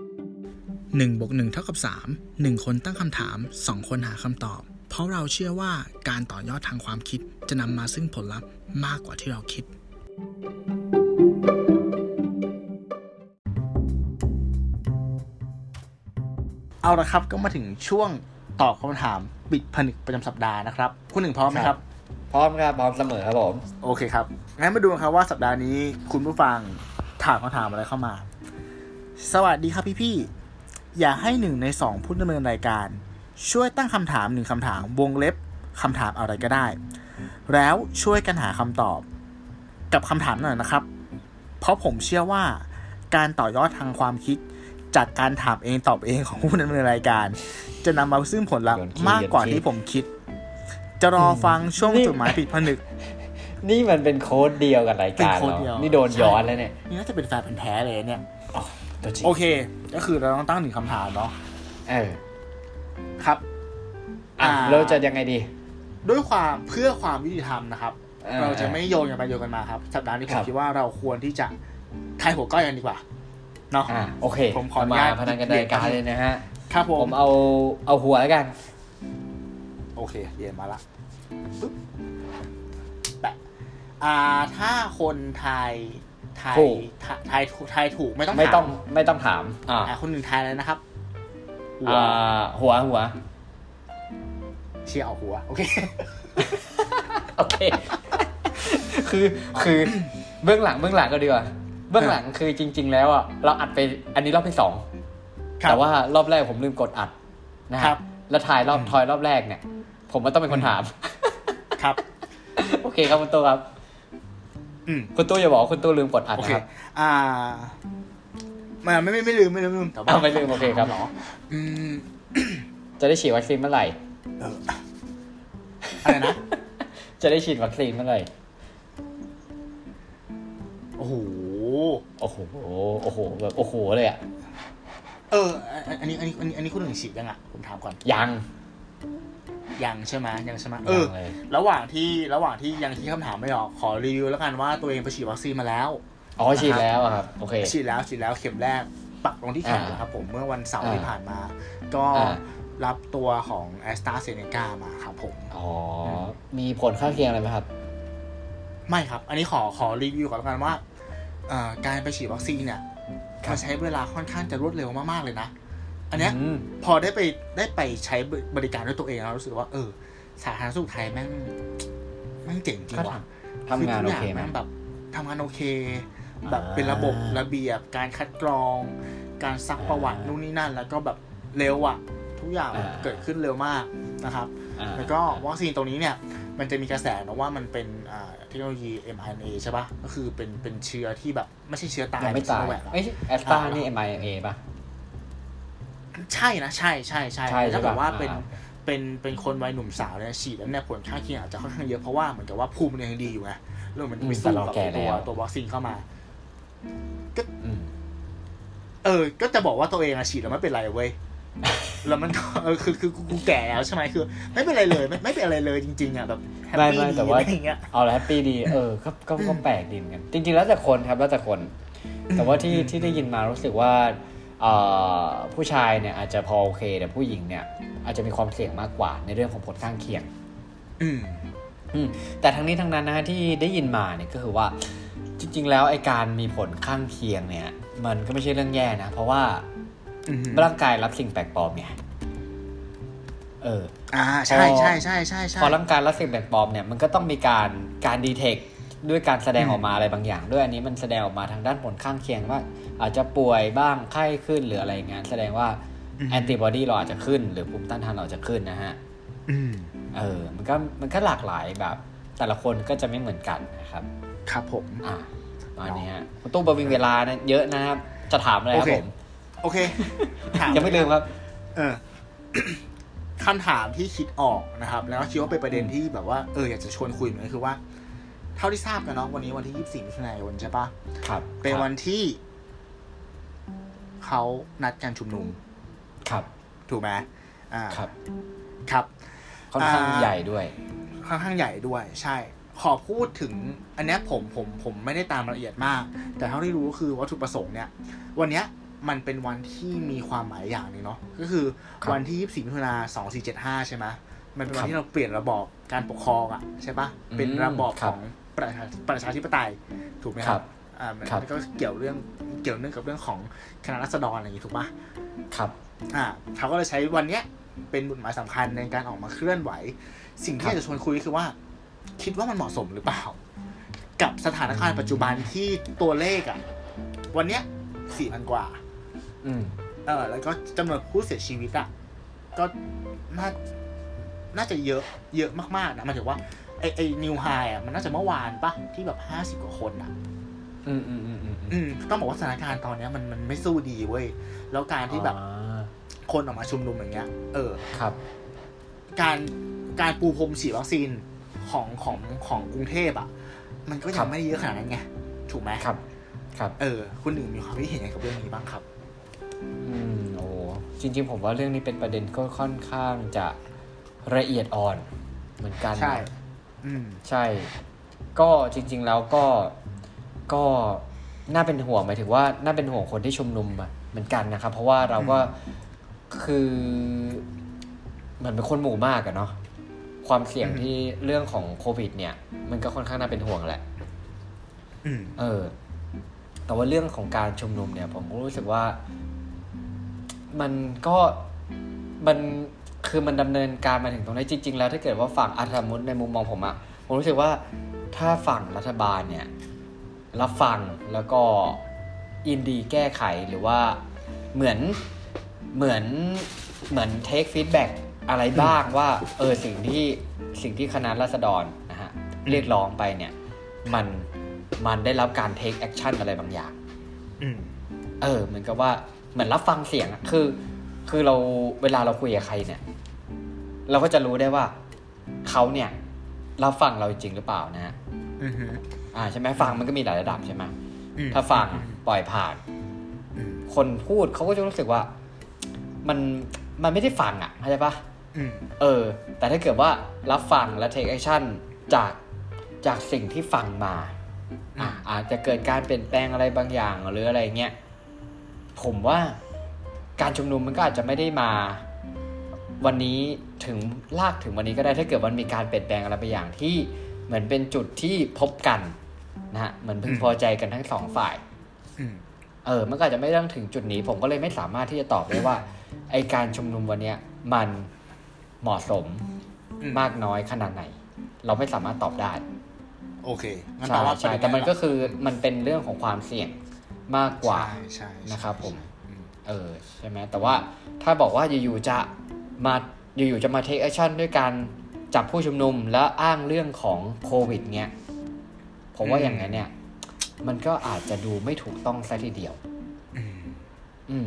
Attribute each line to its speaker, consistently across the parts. Speaker 1: 1บวก1เท่ากับ3 1 คนตั้งคำถาม 2 คนหาคำตอบ เพราะเราเชื่อว่าการต่อยอดทางความคิดจะนำมาซึ่งผลลัพธ์มากกว่าที่เราคิด เอาละครับก็มาถึงช่วงตอบคำถามปิดผนึกประจำสัปดาห์นะครับ คุณหนึ่งพร้อมไหมครับ
Speaker 2: พร้อมครับพร้อมเสมอครับผม
Speaker 1: โอเคครับ งั้นมาดูกันครับว่าสัปดาห์นี้คุณผู้ฟังถามคำถามอะไรเข้ามา สวัสดีครับพี่พี่ๆอยากให้หนึ่งในสองผู้ดำเนินรายการ ช่วยตั้งคำถามหนึ่งคำถามวงเล็บคำถามอะไรก็ได้ แล้วช่วยกันหาคำตอบ กับคำถามหน่อยนะครับ เพราะผมเชื่อว่าการต่อยอดทางความคิด จากการถามเองตอบเองของผู้ดำเนินรายการ จะนำมาซึ่งผลลัพธ์มากกว่าที่ผมคิด จะรอฟังช่วงจดหมายผิดผนึก
Speaker 2: นี่มันเป็นโค้ดเดียวกับรายการ
Speaker 1: เป็นโค้ด
Speaker 2: เรา
Speaker 1: เดียว
Speaker 2: นี่โดนย้อนแล้วเนี่ย
Speaker 1: นี่น่าจะเป็นแฟนพันธุ์แท้เลยเนี่ย
Speaker 2: อ๋อตัวจริง
Speaker 1: โอเค ก็คือเราต้องตั้งหนึ่งคำถามเนาะ
Speaker 2: เออ
Speaker 1: ครับ
Speaker 2: อ่ะ
Speaker 1: อ่า
Speaker 2: เราจะยังไงดี
Speaker 1: ด้วยความเพื่อความยุติธรรมนะครับ
Speaker 2: เออ
Speaker 1: เราจะไม่โยนกันไปโยนกันมาครับ สัปดาห์นี้ผ
Speaker 2: ครั
Speaker 1: ม
Speaker 2: บ
Speaker 1: คิดว่าเราควรที่จะทายหัวก้อยกันดีกว่า เนาะ
Speaker 2: อ่าโอเค
Speaker 1: ผมขออนุ
Speaker 2: มา
Speaker 1: ญาต
Speaker 2: พนันกันรายการเลยนะฮะ
Speaker 1: ครับผ
Speaker 2: ผม มเอาเอาหัวแล้วกัน
Speaker 1: โอเคเรียนมาละปึ๊บแปะอ่า ถ้าคนทายทาย
Speaker 2: ถูก
Speaker 1: ทายทายถูกทายถูกไม่ต้อง
Speaker 2: ไม่ต้อ
Speaker 1: ถ
Speaker 2: ง
Speaker 1: า
Speaker 2: ไม่ต้องถาม อ่า
Speaker 1: อ่าคนหนึ่งทายแล้วนะครับ หัว
Speaker 2: อ่าหัวหัว
Speaker 1: เชียร์เอาหัว โอเค
Speaker 2: โอเค คือคือเบื้องหลังเบื้องหลังก็ดีกว่า เบื้องหลังคือจริง ๆ แล้วอ่ะเราอัดไปอันนี้รอบที่สอง
Speaker 1: ครับ
Speaker 2: แต่ว่ารอบแรกผมลืมกดอัดนะ
Speaker 1: ครั
Speaker 2: ฮะ
Speaker 1: บ
Speaker 2: แล้วถ่ายรอบทอยรอบแรกเนี่ย ผมก็ต้องเป็นคน ถาม
Speaker 1: ครับ
Speaker 2: โอเคครับคุณตู้ครับ
Speaker 1: อืม
Speaker 2: คุณตู้อย่าบอกว่าคุณตู้ลืมกดอัด
Speaker 1: โอ
Speaker 2: นะ
Speaker 1: เค
Speaker 2: ครับ
Speaker 1: อ่าไม่ไม่ไม่ไม่ลืมไม่ลืมไม่ลืมแต่ว่า
Speaker 2: อ้าวไม่ลืมโอเคครับ
Speaker 1: หรออืม
Speaker 2: จะได้ฉีดวัคซีนเมื่อไหร่
Speaker 1: อะไรนะ
Speaker 2: จะได้ฉีดวัคซีนเมื่อไหร่
Speaker 1: โอ้โห
Speaker 2: โอ้โห โอ้โห แบบโอ้โหเลยอ่ะ
Speaker 1: เออ อันอันนี้อันนี้อันนี้อันนี้คุณหนึ่งฉีดยังอ่ะ ผมถามก่อน
Speaker 2: ยัง
Speaker 1: ยังใช่ไหมยังใช่ไหมเออ
Speaker 2: ยังเลย
Speaker 1: ระหว่างที่ระหว่างที่ยังคิดคำถามไม่ออก ขอรีวิวแล้วกันว่าตัวเองไปฉีดวัคซีนมาแล้ว
Speaker 2: อ๋อฉีดแล้วอะครับ โอเค
Speaker 1: ฉีดแล้วฉีดแล้วเข็มแรกปักลงที่แขน
Speaker 2: อ่า
Speaker 1: นะครับผมเมื่อวันเสาร์
Speaker 2: อ่า
Speaker 1: ที่ผ่านมา ก็
Speaker 2: อ่า
Speaker 1: รับตัวของแอสตราเซเนกามาครับผม
Speaker 2: อ๋อ มีผลข้างเคียงอะไรไหมครับ
Speaker 1: ไม่ครับ อันนี้ขอขอรีวิวก่อนแล้วกันว่าเอ่อการไปฉีดวัคซีนเนี่ย
Speaker 2: ครับ
Speaker 1: มันใช้เวลาค่อนข้างจะรวดเร็วมากๆเลยนะ อันเนี้ย
Speaker 2: อืม
Speaker 1: พอได้ไปได้ไปใช้บริการด้วยตัวเองแล้วรู้สึกว่า เออ สาธารณสุขไทยแม่งแม่งเจ๋งจริง
Speaker 2: ก็
Speaker 1: ว่ะ
Speaker 2: ทำงาน
Speaker 1: ทุ
Speaker 2: โอก
Speaker 1: ย่
Speaker 2: เคไหม
Speaker 1: แม่งแบบทำงานโอเค แบบ
Speaker 2: อ่า
Speaker 1: เป็นระบบระเบียบ การคัดกรอง การซักประวัติ
Speaker 2: อ่านู่
Speaker 1: นู่นนี่นั่น แล้วก็แบบเร็วอ่ะ ทุกอย่าง
Speaker 2: อ่า
Speaker 1: เกิดขึ้นเร็วมากนะครับ
Speaker 2: อ่า
Speaker 1: แล้วก็วัคซีนตัวนี้เนี่ย มันจะมีกระแสนะว่ามันเป็นอ่าเทคโนโลยี mRNA ใช่ปะก็คือเป็นเป็นเชื้อที่แบบ ไม่ใช่เชื้อตาย
Speaker 2: ยังไม่
Speaker 1: เป็น
Speaker 2: ตาย
Speaker 1: เชื้อแหวกอะ
Speaker 2: เอ้ยแอสตรานี่ mRNA ป่ะ
Speaker 1: ใช่นะ ใช่ใช่ใช่
Speaker 2: ใช่
Speaker 1: แต่ถ้า
Speaker 2: ใช่
Speaker 1: แบบ
Speaker 2: ปะ
Speaker 1: ว่าเป็น
Speaker 2: อ่า
Speaker 1: เป็นเป็นคนวัยหนุ่มสาวเนี่ยฉีดแล้วเนี่ยผลข้างเคียงอาจจะค่อนข้างเยอะเพราะว่าเหมือนกับว่าภูมิมันยังดีอยู่ไงเรื่องมันไปสู้กับตัวตัววัคซีนเข้ามา
Speaker 2: อืม
Speaker 1: เออ ก็จะบอกว่าตัวเองอะฉีดแล้วไม่เป็นไรเว้ย แล้วมันก็เออคือคือกูกูแก่แล้วใช่ไหมคือ ไม่เป็นไรเลยไม่ไม่เป็นอะไรเลยจริงๆอะแบบแฮป
Speaker 2: ไม่
Speaker 1: ปี้
Speaker 2: ไม่
Speaker 1: ดี
Speaker 2: แต่
Speaker 1: อะ
Speaker 2: ว่า
Speaker 1: ไรอย่างเงี้ย
Speaker 2: เอาแล้วแฮปปี้ดี เออก็ก็ก็แปลกดีเหมือนกัน จริง ๆ แล้วแต่คนครับ แล้วแต่คน แต่ว่าที่ที่ได้ยินมารู้สึกว่าเอ่อผู้ชายเนี่ยอาจจะพอโอเค แต่ผู้หญิงเนี่ย อาจจะมีความเสี่ยงมากกว่าในเรื่องของผลข้างเคียง
Speaker 1: อืม
Speaker 2: อืมแต่ทั้งนี้ทั้งนั้นนะฮะที่ได้ยินมาเนี่ยก็คือว่าจริง ๆ แล้วไอการมีผลข้างเคียงเนี่ย มันก็ไม่ใช่เรื่องแย่นะ เพราะว่า
Speaker 1: อืม
Speaker 2: ร่างกายรับสิ่งแปลกปลอมไงเออ
Speaker 1: อ่าใช่ใช่ใช่ใช่ใช่
Speaker 2: พอร่างกายรับสิ่งแปลกปลอมเนี่ยมันก็ต้องมีการการดีเทคด้วยการแสดง
Speaker 1: อืม
Speaker 2: ออกมาอะไรบางอย่าง ด้วยอันนี้มันแสดงออกมาทางด้านผลข้างเคียงว่า อาจจะป่วยบ้างไข้ขึ้นหรืออะไรอย่างงั้นแสดงว่าแอนติบอดีเราอาจจะขึ้น หรือภูมิต้านทานเราอาจจะขึ้นนะฮะ
Speaker 1: อืม
Speaker 2: เออมันก็มันก็หลากหลายแบบ แต่ละคนก็จะไม่เหมือนกันนะครับ
Speaker 1: ครับผม
Speaker 2: อ่าอันนี้ฮะคุณตู้ประวิงเวลานะเยอะนะครับจะถามอะไรครับ
Speaker 1: โอเค
Speaker 2: ผม
Speaker 1: โอเค ถาม
Speaker 2: ยังไม่ลืมครับ
Speaker 1: เออ คำถามที่คิดออกนะครับ แล้วก็คิดว่าเป็นประเด็นที่แบบว่าเอออยากจะชวนคุยเหมือนกันคือว่า เท่าที่ทราบกันเนาะวันนี้วันที่ยี่สิบสี่มิถุนายนใช่ปะ
Speaker 2: ครับ
Speaker 1: เป็นวันที่เขานัดการชุมนุม
Speaker 2: ครับ
Speaker 1: ถูกไหมอ่า
Speaker 2: ครับ
Speaker 1: ครับ
Speaker 2: ค่อนข้าง
Speaker 1: อ่า
Speaker 2: ใหญ่ด้วย
Speaker 1: ค่อนข้างใหญ่ด้วยใช่ ขอพูดถึง อันเนี้ยผมผมผมไม่ได้ตามรายละเอียดมาก แต่เท่าที่รู้ก็คือวัตถุประสงค์เนี่ย วันเนี้ย มันเป็นวันที่มีความหมายอย่างหนึ่งเนาะก็คือ
Speaker 2: ครับ
Speaker 1: วันที่ 24 มิถุนา2475 ใช่ไหมมันเป็นวั
Speaker 2: ครั
Speaker 1: น
Speaker 2: บ
Speaker 1: ที่เราเปลี่ยนระบอบการปกครองอะใช่ปะ
Speaker 2: อืม
Speaker 1: เป็นระบอบ
Speaker 2: ครั
Speaker 1: ข
Speaker 2: บ
Speaker 1: องประชาประชาธิปไตยถูกไหมครั
Speaker 2: ครับ บ
Speaker 1: อ่ามัน
Speaker 2: ครับ
Speaker 1: ก็เกี่ยวเรื่องเกี่ยวเนื่องกับเรื่องของคณะรัษฎรอะไรอย่างงี้ถูกปะ
Speaker 2: ครับ
Speaker 1: อ่าเขาก็เลยใช้วันเนี้ยเป็นบุตหมายสำคัญในการออกมาเคลื่อนไหว สิ่งที่
Speaker 2: ครั
Speaker 1: อบ ยากจะชวนคุยคือว่า คิดว่ามันเหมาะสมหรือเปล่า กับสถานการณ์ปัจจุบันที่ตัวเลขอะวันเนี้ยสี่พันกว่า
Speaker 2: อืม
Speaker 1: เออแล้วก็จำนวนผู้เสียชีวิตอะก็น่าน่าจะเยอะเยอะมากๆนะหมันถือว่าไอไอนิวไฮอะมันน่าจะเมื่อวานปะที่แบบห้าสิบ50 กว่าคนอะ
Speaker 2: อืมอืมอืมอืมอืม
Speaker 1: อืมต้องบอกว่าสถานการณ์ตอนเนี้ยมันมันไม่สู้ดีเว้ยแล้วการที่แบบ
Speaker 2: อ่า
Speaker 1: คนออกมาชุมนุมอย่างเงี้ย เออ
Speaker 2: ครับ
Speaker 1: การการปูพรมฉีดวัคซีนของของของกรุงเทพอ่ะ มันก็
Speaker 2: ค
Speaker 1: ยั
Speaker 2: รั
Speaker 1: ง
Speaker 2: บ
Speaker 1: ไม่ได้เยอะขนาดนั้นไง ถูกไหม
Speaker 2: ครับ ครับ
Speaker 1: เออ คุณหนึ่งมีความคิดเห็นยังไงกับเรื่องนี้บ้างครับ
Speaker 2: อืมโอ้จริง ๆ ผมว่าเรื่องนี้เป็นประเด็นก็ค่อนข้างจะละเอียดอ่อนเหมือนกันนะ
Speaker 1: ใช่ อืม
Speaker 2: ใช่ ก็จริง ๆ แล้วก็ก็น่าเป็นห่วงหมายถึงว่าน่าเป็นห่วงคนที่ชุมนุมอะเหมือนกันนะครับ เพราะว่าเราก็คือเหมือนเป็นคนหมู่มากอะเนาะความเสี่ยง
Speaker 1: อืม
Speaker 2: ที่เรื่องของโควิด เนี่ย มันก็ค่อนข้างน่าเป็นห่วงแหละ
Speaker 1: อืม
Speaker 2: เออ แต่ว่าเรื่องของการชุมนุมเนี่ย ผมก็รู้สึกว่า มันก็มันคือมันดำเนินการมาถึงตรงนี้จริง ๆ แล้วถ้าเกิดว่าฝั่งอาธรมุตในมุมมองผมอะผมรู้สึกว่าถ้าฝั่งรัฐบาลเนี่ย รับฟังแล้วก็ยินดีแก้ไขหรือว่าเหมือนเหมือนเหมือนเทคฟีดแบ็กอะไรบ้างว่า เออสิ่งที่สิ่งที่คณะราษฎรนะฮะเรียกร้องไปเนี่ย มันมันได้รับการเทคแอคชั่นอะไรบางอย่าง
Speaker 1: อืม
Speaker 2: เออเหมือนกับว่าเหมือนรับฟังเสียงอะคือ คือเราเวลาเราคุยกับใครเนี่ย เราก็จะรู้ได้ว่าเขาเนี่ย รับฟังเราจริงหรือเปล่านะฮะ
Speaker 1: อืมฮึ
Speaker 2: อ่าใช่ไหมฟังมันก็มีหลายระดับใช่ไหม
Speaker 1: อืม
Speaker 2: ถ้าฟังปล่อยผ่าน
Speaker 1: อืม
Speaker 2: คนพูดเขาก็จะรู้สึกว่า มันมันไม่ได้ฟังอ่ะเข้าใจปะ
Speaker 1: อืม
Speaker 2: เออ แต่ถ้าเกิดว่ารับฟังและ take action จากจากสิ่งที่ฟังมาอ่ะอาจจะเกิดการเปลี่ยนแปลงอะไรบางอย่างหรืออะไรเงี้ยผมว่าการชุมนุมมันก็อาจจะไม่ได้มา วันนี้ถึงลากถึงวันนี้ก็ได้ถ้าเกิดมันมีการเปลี่ยนแปลงอะไรบางอย่างที่เหมือนเป็นจุดที่พบกันนะฮะเหมือนพึงพอใจกันทั้งสองฝ่าย
Speaker 1: อืม
Speaker 2: เออ มันก็อาจจะไม่ต้องถึงจุดนี้ ผมก็เลยไม่สามารถที่จะตอบได้ว่า ไอการชุมนุมวันเนี้ยมันเหมาะสม
Speaker 1: อืม
Speaker 2: มากน้อยขนาดไหน เราไม่สามารถตอบได้
Speaker 1: โอเคงั้น
Speaker 2: ใช่
Speaker 1: แปลว่า
Speaker 2: ใช่
Speaker 1: ประเด็
Speaker 2: แต่มันก็
Speaker 1: ใช่
Speaker 2: คือมันเป็นเรื่องของความเสี่ยงมากกว่า
Speaker 1: ใช่ใช่
Speaker 2: นะครับผม
Speaker 1: อืม
Speaker 2: เออใช่ไหมแต่ว่าถ้าบอกว่าอยู่ๆจะมาอยู่ๆจะมาเทคแอคชั่นด้วยการจับผู้ชุมนุมแล้วอ้างเรื่องของโควิดเนี้ยผมว่าอย่างนั้นเนี่ย มันก็อาจจะดูไม่ถูกต้องซะทีเดียว
Speaker 1: อืม
Speaker 2: อืม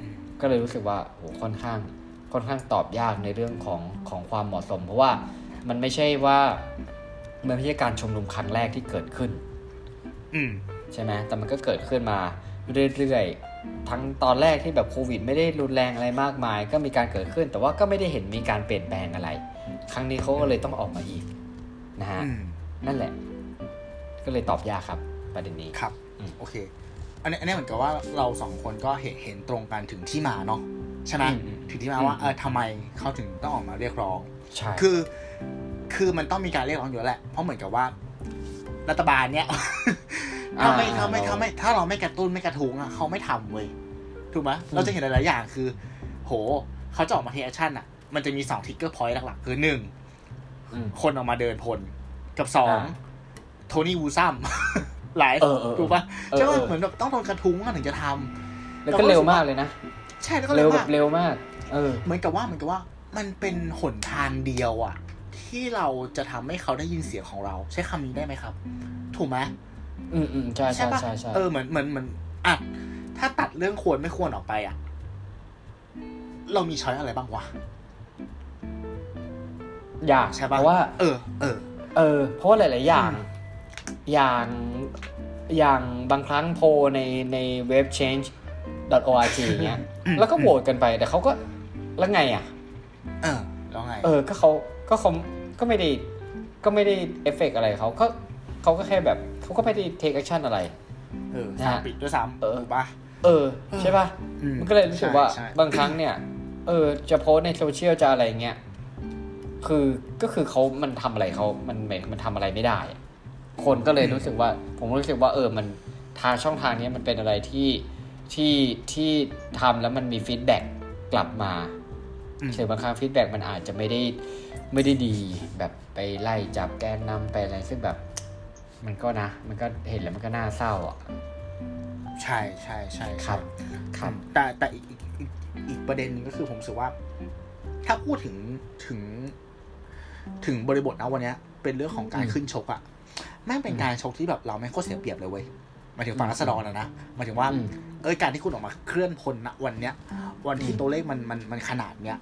Speaker 1: อืม
Speaker 2: ก็เลยรู้สึกว่าโหค่อนข้าง ค่อนข้างตอบยากในเรื่องของของความเหมาะสม เพราะว่ามันไม่ใช่ว่ามันไม่ใช่การชุมนุมครั้งแรกที่เกิดขึ้น
Speaker 1: อืม
Speaker 2: ใช่ไหมแต่มันก็เกิดขึ้นมาเรื่อยๆ ทั้งตอนแรกที่แบบโควิด ไม่ได้รุนแรงอะไรมากมาย ก็มีการเกิดขึ้น แต่ว่าก็ไม่ได้เห็นมีการเปลี่ยนแปลงอะไร ครั้งนี้เขาก็เลยต้องออกมาอีกนะฮะ
Speaker 1: อืม
Speaker 2: นั่นแหละ ก็เลยตอบยากครับ ประเด็นนี้
Speaker 1: ครับ
Speaker 2: อืม
Speaker 1: โอเค อันนี้อันนี้เหมือนกับว่าเราสองคนก็เห็นเห็นตรงกันถึงที่มาเนาะใช่ไหม
Speaker 2: อืมอืม
Speaker 1: ถึงที่มาว่า
Speaker 2: อืม
Speaker 1: เออทำไมเขาถึงต้องออกมาเรียกร้อง
Speaker 2: ใช่
Speaker 1: คือ คือมันต้องมีการเรียกร้องอยู่แล้วแหละ เพราะเหมือนกับว่า รัฐบาลเนี้ย ถ้าไม่ถ้าไม่ถ้าไม่ถ้าเราไม่กระตุ้นไม่กระทุ้งอ่ะเขาไม่ทำเว้ย ถูกไหมเราจะเห็นหลายๆอย่างคือ โห เขาจะออกมาเทคแอคชั่นอ่ะ มันจะมีสองทิกเกอร์พอยต์หลักๆ คือหนึ่ง
Speaker 2: อืม
Speaker 1: คนออกมาเดินพล กับสอง
Speaker 2: อ่า
Speaker 1: โทนี่วูซั ม หลาย
Speaker 2: เออเออ
Speaker 1: ถูกปะ
Speaker 2: เออ
Speaker 1: ใช่ว่า
Speaker 2: เออ
Speaker 1: เหมือนแบบต้องโดนกระทุ้งอะถึงจะทำ
Speaker 2: แล้วก็เร็วมากเลยนะ
Speaker 1: ใช่แล้วก็
Speaker 2: เร็
Speaker 1: เร็
Speaker 2: ว
Speaker 1: ว
Speaker 2: แบ
Speaker 1: มา
Speaker 2: บ
Speaker 1: ก
Speaker 2: เร็วมาก เออ
Speaker 1: เหมือนกับว่าเหมือนกับว่า มันเป็นหนทางเดียวอะที่เราจะทำให้เขาได้ยินเสียงของเรา ใช้คำนี้ได้ไหมครับ ถูกไหม
Speaker 2: อืมอืมใช่ใช่
Speaker 1: ปะ
Speaker 2: ใช่ใช่
Speaker 1: เออเหมือนเหมือนเหมือนอ่ะถ้าตัดเรื่องควรไม่ควรออกไปอะเรามีช้อยอะไรบ้างวะ
Speaker 2: ยาก
Speaker 1: ใช่ปะ
Speaker 2: เพราะว่า
Speaker 1: เออ เออ
Speaker 2: เออ เพราะว่าหลาย ๆ อย่าง
Speaker 1: อืม
Speaker 2: อย่างอย่างบางครั้งโพลในในเว็บ change org เงี้ย แล้วก็โหวตกันไปแต่เขาก็แล้วไงอ่ะ
Speaker 1: เออแล้วไง
Speaker 2: เออ ก็เขาก็เขาก็ไม่ได้ก็ไม่ได้เอฟเฟกอะไรเขาก็เขาก็แค่แบบเขาก็ไม่ได้เทคแอคชั่นอะไร
Speaker 1: เออสามปิดด้วยซ้ำ
Speaker 2: เออ
Speaker 1: ถูกปะ
Speaker 2: เออ ใช่ป่ะ
Speaker 1: อืม
Speaker 2: มันก็เลยรู้สึกว่า
Speaker 1: ใช่ใช่
Speaker 2: บางครั้งเนี่ย เออ จะโพสต์ในโซเชียลจะอะไรเงี้ย คือก็คือเขามันทำอะไรเขามันมันมันทำอะไรไม่ได้อะคนก็เลยรู้สึกว่า ผมรู้สึกว่า เออ มันทางช่องทางเนี้ยมันเป็นอะไรที่ที่ที่ทำแล้วมันมีฟีดแบ็กกลับมา
Speaker 1: อืม
Speaker 2: หรือบางครั้งฟีดแบ็กมันอาจจะไม่ได้ไม่ได้ดีแบบไปไล่จับแกนนำไปอะไรซึ่งแบบ มันก็นะ มันก็เห็นแล้วมันก็น่าเศร้าอ่ะ
Speaker 1: ใช่ใช่ใช่ใช่
Speaker 2: ครับ ครับ
Speaker 1: แต่แต่อีกอีกอีกอีกประเด็นหนึงก็คือผมรู้สึกว่า ถ้าพูดถึงถึง ถึงบริบทนะวันเนี้ย เป็นเรื่องของการ
Speaker 2: อืม
Speaker 1: ขึ้นชกอะแม่งเป็นการชกที่แบบเราไม่โคตรเสียเปรียบเลยเว้ยหมายถึงฝั่งรัษฎรนะนะหมายถึงว่า
Speaker 2: อืม
Speaker 1: เอ้ยการที่คุณออกมาเคลื่อนพลนะวันเนี้ย วันที่
Speaker 2: อืม
Speaker 1: ตัวเลขมันมันมันขนาดเนี้ย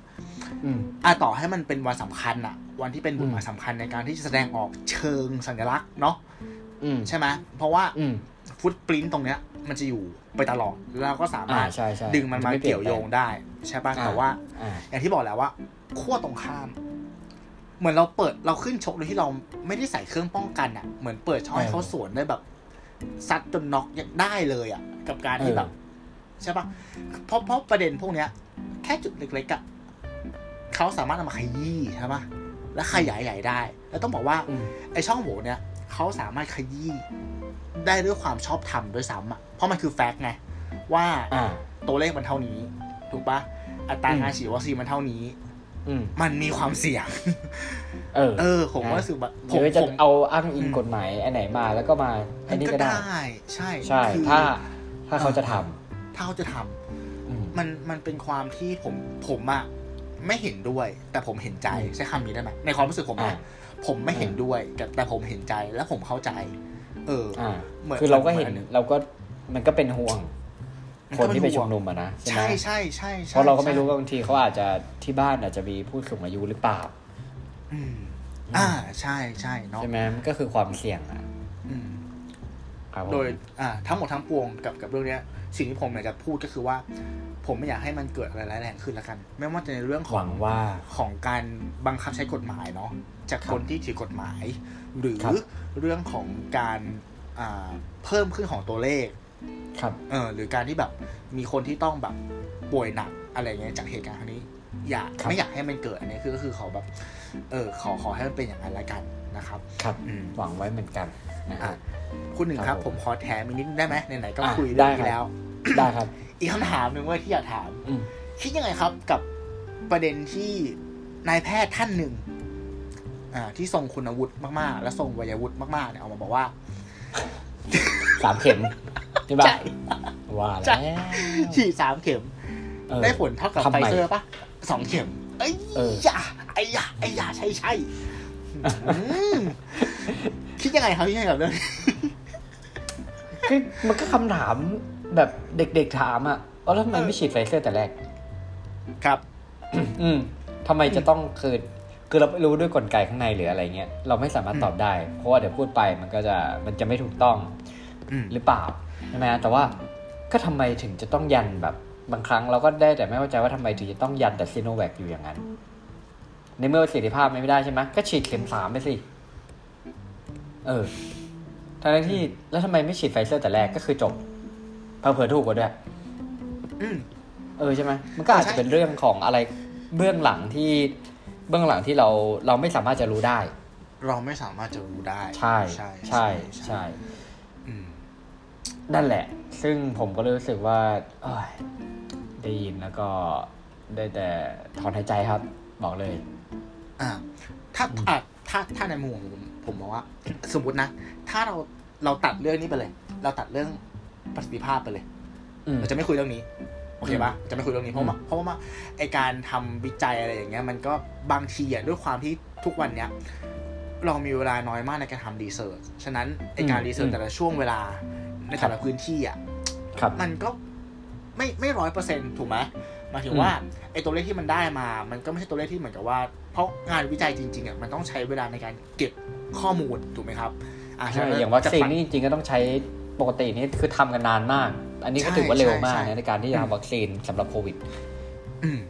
Speaker 2: อืม
Speaker 1: อ่ะต่อให้มันเป็นวันสำคัญอะวันที่เป็นบุญหมายสำคัญในการที่จะแสดงออกเชิงสัญลักษณ์เนาะ
Speaker 2: อืม
Speaker 1: ใช่ไหมเพราะว่า
Speaker 2: อืม
Speaker 1: ฟุตปรินต์ตรงเนี้ย มันจะอยู่ไปตลอดแล้วเราก็สา
Speaker 2: อ่าม
Speaker 1: ารถ
Speaker 2: ใช่ใช่
Speaker 1: ดึงมันมาเกี่ยวโยงได้ ใช่ป่ะแต่ว่า
Speaker 2: อ่า
Speaker 1: อย่างที่บอกแล้วว่าขั้วตรงข้าม เหมือนเราเปิดเราขึ้นชกโดยที่เราไม่ได้ใส่เครื่องป้องกันอ่ะ เหมือนเปิดช่องให้
Speaker 2: เออ
Speaker 1: เขาสวนได้แบบซัดจนน็อกยังได้เลยอ่ะ กับการที่
Speaker 2: เออ
Speaker 1: แบบใช่ป่ะเพราะเพราะประเด็นพวกเนี้ย แค่จุดเล็กๆอ่ะเขาสามารถเอามาขยี้ใช่ป่ะและขยายใหญ่ได้ แล้วต้องบอกว่า
Speaker 2: อืม
Speaker 1: ไอ้ช่องโหว่เนี้ยเขาสามารถขยี้ได้ด้วยความชอบธรรมด้วยซ้ำอ่ะเพราะมันคือแฟกต์ไงว่า
Speaker 2: อ่า
Speaker 1: ตัวเลขมันเท่านี้ ถูกปะอัตราการฉีดวัคซีนมันเท่านี้
Speaker 2: อืม
Speaker 1: มันมีความเสี่ ยง
Speaker 2: เออ
Speaker 1: เออ ผมว่ารู้สึกแบบ
Speaker 2: ห
Speaker 1: ผ
Speaker 2: รื
Speaker 1: ม
Speaker 2: อจะ
Speaker 1: ผม
Speaker 2: เอาอ้างอิงกฎหมายอันไหนมาแล้วก็มาอั
Speaker 1: มัน น
Speaker 2: นี้
Speaker 1: ก็
Speaker 2: ก็ได้
Speaker 1: ได้ ใช่
Speaker 2: ใช่
Speaker 1: คือ
Speaker 2: ถ้า ถ้าเขาจะท
Speaker 1: ถ้าเขาจะทำ
Speaker 2: ำอืม
Speaker 1: มันมันเป็นความที่ผมผมอะไม่เห็นด้วย แต่ผมเห็นใจ
Speaker 2: อืม
Speaker 1: ใช้คำนี้ได้ไหมในความรู้สึกผม
Speaker 2: อ่า
Speaker 1: นะผมไม่เห็นด้วยแต่แต่ผมเห็นใจและผมเข้าใจ เอออ
Speaker 2: อ่า
Speaker 1: เหมือน
Speaker 2: คือเราก็เห็น
Speaker 1: เหมือน
Speaker 2: เราก็ มันก็เป็นห่วง
Speaker 1: มัน
Speaker 2: ค
Speaker 1: ก็
Speaker 2: น
Speaker 1: เป็นห่วง
Speaker 2: ที่ไปชุมนุมอะนะ ใช่ไหม
Speaker 1: ใช่ใช่ใช่ใช่
Speaker 2: เพราะเราก็ไม่รู้ว่าบางทีเขาอาจจะที่บ้านอาจจะมีผู้สูงอายุหรือเปล่า
Speaker 1: อืมอ่าใช่ใช่เนาะ
Speaker 2: ใช่ไหมมันก็คือความเสี่ยงอะ
Speaker 1: อืม
Speaker 2: ครับผม
Speaker 1: โดยอ่าทั้งหมดทั้งปวงกับกับเรื่องเนี้ย สิ่งที่ผมอยากจะพูดก็คือว่า ผมไม่อยากให้มันเกิดอะไรร้ายแรงขึ้นละกัน ไม่ว่าจะในเรื่องข
Speaker 2: ห
Speaker 1: อ
Speaker 2: วั
Speaker 1: ง
Speaker 2: งว่า
Speaker 1: ของการบังคับใช้กฎหมายเนาะจากคนที่ถือกฎหมาย หรือ
Speaker 2: ครับ
Speaker 1: เรื่องของการอ่าเพิ่มขึ้นของตัวเลข
Speaker 2: ครับ
Speaker 1: เออหรือการที่แบบมีคนที่ต้องแบบป่วยหนักอะไรเงี้ยจากเหตุการณ์ครั้งนี้ อยาก
Speaker 2: ครับ
Speaker 1: ไม่อยากให้มันเกิดอันนี้คือก็คือขอแบบเออขอขอให้มันเป็นอย่างนั้นละกันนะครับ
Speaker 2: ครับ
Speaker 1: อืม
Speaker 2: หวังไว้เหมือนกันนะฮะ
Speaker 1: อ่ะ คุณหนึ่ง
Speaker 2: ค
Speaker 1: ครั
Speaker 2: รับบ ผ
Speaker 1: ผม มขอแถมอีกนิดได้ไหมไหนๆก็
Speaker 2: อ่ะ
Speaker 1: คุยเรื่องนี้
Speaker 2: ได้ครับ
Speaker 1: แล้ว
Speaker 2: ได้ครับ
Speaker 1: อีกคำถามหนึ่งเว่าที่อยากถาม
Speaker 2: อืม
Speaker 1: คิดยังไงครับกับประเด็นที่นายแพทย์ท่านหนึ่งอ่าที่ทรงคุณวุฒิมากๆ และทรงวัยวุฒิมากๆเนี่ยออกมาบอกว่า
Speaker 2: สามเข็มใช่ปะ
Speaker 1: ใช่
Speaker 2: ว่า
Speaker 1: ใช่
Speaker 2: แล้ว
Speaker 1: ฉีดสามเข็ม
Speaker 2: เออ
Speaker 1: ได้ผลเท่ากับ
Speaker 2: ทำไม
Speaker 1: ไฟเซอร์ปะสองเข็ม ไอ้ย
Speaker 2: เออ
Speaker 1: ยาไอ้ยาไอ้ยาใช่ใช่อืมคิดยังไงครับคิดยังไงกับเรื่องนี้
Speaker 2: คือมันก็คำถามแบบเด็กๆถามอ่ะเออแล้วทำไมไม่ฉีดไฟเซอร์แต่แรก
Speaker 1: ครับ
Speaker 2: อืมทำไมจะต้องคือคือเราไม่รู้ด้วยกลไกข้างในหรืออะไรเงี้ย เราไม่สามารถตอบได้ เพราะว่าเดี๋ยวพูดไปมันก็จะมันจะไม่ถูกต้อง
Speaker 1: อืม
Speaker 2: หรือเปล่าใช่ไหมแต่ว่าก็ทำไมถึงจะต้องยันแบบ บางครั้งเราก็ได้แต่ไม่เข้าใจว่าทำไมถึงจะต้องยันแต่ซีโนแวคอยู่อย่างนั้น ในเมื่อประสิทธิภาพไม่ได้ใช่ไหมก็ฉีดเข็มสามไปสิ เออทั้งที่แล้วทำไมไม่ฉีดไฟเซอร์แต่แรกก็คือจบเผื่อๆถูกกว่าด้วย
Speaker 1: อืม
Speaker 2: เออใช่ไหมมันก็อาจ
Speaker 1: ใช่
Speaker 2: จะเป็นเรื่องของอะไรเบื้องหลังที่เบื้องหลังที่เราเราไม่สามารถจะรู้ได้
Speaker 1: เราไม่สามารถจะรู้ได้
Speaker 2: ใช่
Speaker 1: ใช่
Speaker 2: ใช่ใช่
Speaker 1: อืม
Speaker 2: นั่นแหละ ซึ่งผมก็เลยรู้สึกว่าเอ้ยได้ยินแล้วก็ได้แต่ถอนหายใจครับ บอกเลย
Speaker 1: อ่าถ้าอ่ะถ้าถ้าในมุมของผมผมมองว่า สมมตินะ ถ้าเราเราตัดเรื่องนี้ไปเลย เราตัดเรื่องประสิทธิภาพไปเลย
Speaker 2: อืม
Speaker 1: เราจะไม่คุยเรื่องนี้โอเคปะจะไม่คุยเรื่องนี้เพราะว่าเพราะว่าไอการทำวิจัยอะไรอย่างเงี้ย มันก็บางทีอ่ะด้วยความที่ทุกวันเนี้ย เรามีเวลาน้อยมากในการทำรีเสิร์ชฉะนั้นไอการ
Speaker 2: อืม
Speaker 1: รีเสิร์ชแต่ละช่วงเวลาใน
Speaker 2: ครั
Speaker 1: แต่
Speaker 2: บ
Speaker 1: ละพื้นที่อ่ะ
Speaker 2: ครับ
Speaker 1: มันก็ไม่ไม่ร้อยเปอร์เซ็นถูกไหมหมายถึงว่าไอ้ตัวเลขที่มันได้มา มันก็ไม่ใช่ตัวเลขที่เหมือนกับว่า เพราะงานวิจัยจริงๆอ่ะมันต้องใช้เวลาในการเก็บข้อมูลถูกไหมครับะ
Speaker 2: ใช่
Speaker 1: ฉะนั้น
Speaker 2: อย่างวัคซี
Speaker 1: จะ
Speaker 2: น
Speaker 1: ปัด
Speaker 2: นี่จริงๆก็ต้องใช้ปกตินี่คือทำกันนานมาก อันนี้ก็ถือว่าเร็วมาก
Speaker 1: ใช่ใช่
Speaker 2: นะในการที่จะทำวัคซีนสำหรับโควิด
Speaker 1: อืม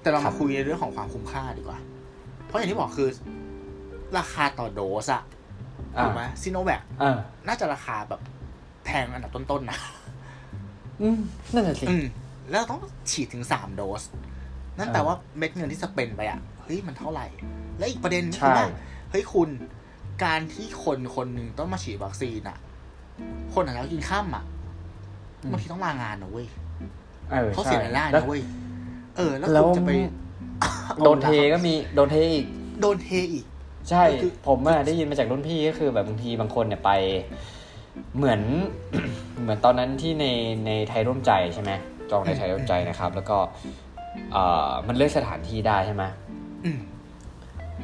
Speaker 1: แต่เรา
Speaker 2: ครั
Speaker 1: มา
Speaker 2: บ
Speaker 1: คุยในเรื่องของความคุ้มค่าดีกว่า เพราะอย่างที่บอกคือ ราคาต่อโดสอะ
Speaker 2: อ่า
Speaker 1: ถูกไหมซีโนแวค
Speaker 2: อ่า
Speaker 1: น่าจะราคาแบบ แพงอันดับต้นๆนะ
Speaker 2: อืมนั่นแหละสิ
Speaker 1: อืม แล้วต้องฉีดถึงสามโดส นั่นแปล
Speaker 2: เออ
Speaker 1: ว่าเม็ดเงินที่สเปนไปอ่ะ เฮ้ย มันเท่าไหร่ และอีกประเด็นนึงคือว่า
Speaker 2: ใช่
Speaker 1: เฮ้ยคุณ การที่คนคนหนึ่งต้องมาฉีดวัคซีนอ่ะ คนหาแล้วกินข้ามอ่ะบางทีต้องลางานนะเว้ย
Speaker 2: ออ
Speaker 1: เขาเสียรายได้
Speaker 2: แล้
Speaker 1: นะ
Speaker 2: ว
Speaker 1: เว้ย เออ แล้ว
Speaker 2: แล้ว
Speaker 1: คุณจะไป
Speaker 2: โดนเทก็มีโดนเทอีก
Speaker 1: โดนเทอีก
Speaker 2: ใช่
Speaker 1: คือ
Speaker 2: ผมอะได้ยินมาจากรุ่นพี่ก็คือแบบบางทีบางคนเนี่ยไป เหมือน เหมือนตอนนั้นที่ในในไทยร่วมใจใช่ไหมจองในไทยร่วมใจนะครับ แล้วก็เอ่อมันเลือกสถานที่ได้ใช่ไหม
Speaker 1: อืม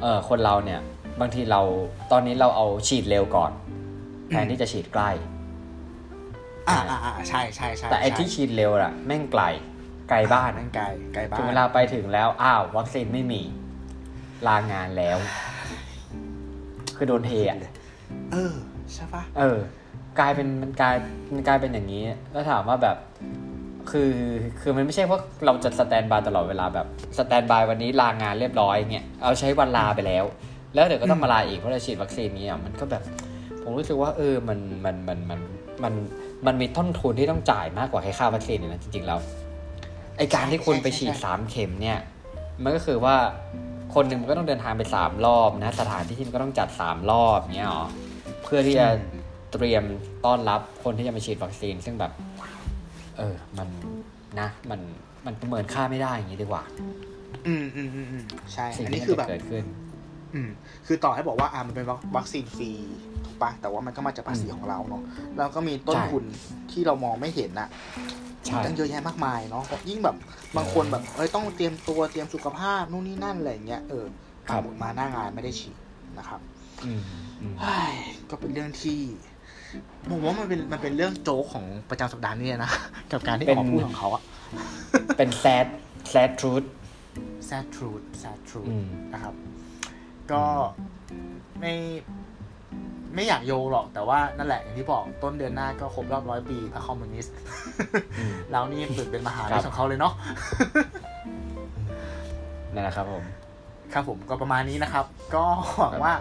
Speaker 2: เออคนเราเนี่ย บางทีเราตอนนี้เราเอาฉีดเร็วก่อนแทนที่จะฉีดใกล้
Speaker 1: อ่าอ่าอ่าใช่ใช่ใช่
Speaker 2: แต่ไอ้
Speaker 1: ใช่
Speaker 2: ที่ฉีดเร็วอะแม่งไกลไกลบ้าน
Speaker 1: นั่นไกลไกลบ้า
Speaker 2: ถึ
Speaker 1: น
Speaker 2: งเวลาไปถึงแล้วอ้าววัคซีนไม่มี ลางานแล้ว คือโดนเทอะ
Speaker 1: เออ ใช่ปะ
Speaker 2: เออกลายเป็นมันกลายมันกลายเป็นอย่างนี้ แล้วถามว่าแบบ คือคือมันไม่ใช่ว่าเราจะสแตนบายตลอดเวลาแบบสแตนบายวันนี้ลางานเรียบร้อยเงี้ยเอาใช้วันลาไปแล้ว แล้วเดี๋ยวก็ต้องมาลาอีกเพราะเราฉีดวัคซีนนี้อ่ะมันก็แบบ ผมรู้สึกว่า เออมันมันมันมันมันมันมีต้นทุนที่ต้องจ่ายมากกว่าแค่ค่าวัคซีนเนี่ยนะจริงๆแล้วไอการที่คุณไปฉีดสามเข็มเนี่ย มันก็คือว่าคนหนึ่งมันก็ต้องเดินทางไปสามรอบนะ สถานที่ที่มันก็ต้องจัดสามรอบเงี้ยหรอเพื่อที่จะเตรียมต้อนรับคนที่จะมาฉีดวัคซีน ซึ่งแบบ เออ มันนะ มันมันประเมินค่าไม่ได้อย่างนี้ดีกว่า
Speaker 1: อืมอืมอืมอืมใช่
Speaker 2: สิ่ง
Speaker 1: อัน
Speaker 2: ที่
Speaker 1: นี้
Speaker 2: มัน
Speaker 1: คือแบ
Speaker 2: จะ
Speaker 1: บ
Speaker 2: เกิดขึ้น
Speaker 1: อืมคือต่อให้บอกว่าอ่ามันเป็นวัควัคซีนฟรีถูกปะแต่ว่ามันก็มาจากภาษี
Speaker 2: อืม
Speaker 1: ของเราเนาะแล้วก็มีต้น
Speaker 2: ใช่
Speaker 1: ทุนที่เรามองไม่เห็นนะ
Speaker 2: ใช่
Speaker 1: ตั้งเยอะแยะมากมายเนาะยิ่งแบบบางคนแบบเอ้ยต้องเตรียมตัวเตรียมสุขภาพนู่นนี่นั่นอะไรอย่างเงี้ยเออปากหมุดมาหน้างานไม่ได้ฉีดนะครับ
Speaker 2: อืมอืม
Speaker 1: เฮ้ยก็เป็นเรื่องที่ผมว่ามันเป็นมันเป็นเรื่องโจ๊กของประจำสัปดาห์นี้นะ กับการที่ออกมาพูดของเขาอะ
Speaker 2: เป็นแซดแซดทรูด
Speaker 1: sad truth sad
Speaker 2: อื
Speaker 1: truth
Speaker 2: ม
Speaker 1: นะครับ ก็ไม่ไม่อยากโยงหรอกแต่ว่านั่นแหละอย่างที่บอกต้นเดือนหน้าก็ครบรอบร้อยปีพรรคคอมมิวนิสต์
Speaker 2: อืม
Speaker 1: แล้วนี่เปิดเป็นมหา
Speaker 2: ครั
Speaker 1: ลัย
Speaker 2: บ
Speaker 1: ของเขาเลยเนาะ
Speaker 2: นั่นแหละครับผม
Speaker 1: ครับผมก็ประมาณนี้นะครับ ก็หวังว่า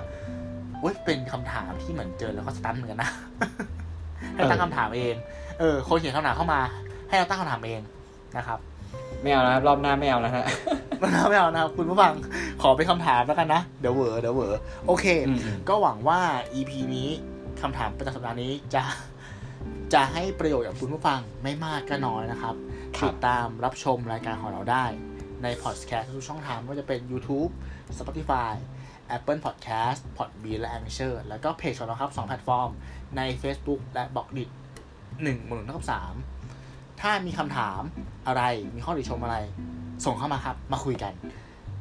Speaker 1: อุยเป็นคำถามที่เหมือนเจอแล้วก็สตันเหมือนกันนะ ให้ตั้งคำถามเอง เออคนเขียนคำถามเข้ามา ให้เราตั้งคำถามเองนะครับ
Speaker 2: ไม่เอาแล้วครับรอบหน้าไม่เอาแล้วฮะ
Speaker 1: ไม่เอาไม่เอานะครับคุณผู้ฟังขอเป็นคำถามแล้วกันนะ เดี๋ยวเหวอเดี๋ยวเหวอโอเค
Speaker 2: อืม
Speaker 1: ก็หวังว่า EP นี้คำถามประจำสัปดาห์นี้จะ จะให้ประโยชน์กับคุณผู้ฟังไม่มากก็น้อยนะครับ ติดตามรับชมรายการของเราได้ในพอดแคสต์ทุกช่องทางไม่ว่าจะเป็น YouTube Spotify Apple Podcast Podbean และ a m i s h e r แล้วก็เพจของเราครับ 2 แพลตฟอร์ม ใน Facebook และบล็อกดิจหนึ่งหมื่นเท่ากับสามถ้ามีคำถามอะไรมีข้อติชมอะไร ส่งเข้ามาครับ มาคุยกัน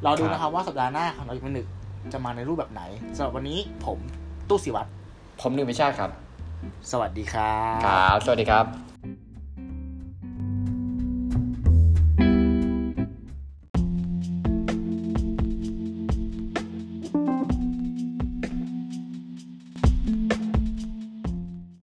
Speaker 1: เราดูนะครับว่าสัปดาห์หน้าของเราอีกมันหนึ่งจะมาในรูปแบบไหนสำหรับวันนี้ผมตู้สิวัตร
Speaker 2: ผมหนึ่งพิชาติครับ
Speaker 1: สวัสดีครับ
Speaker 2: ครับ สวัสดีครับ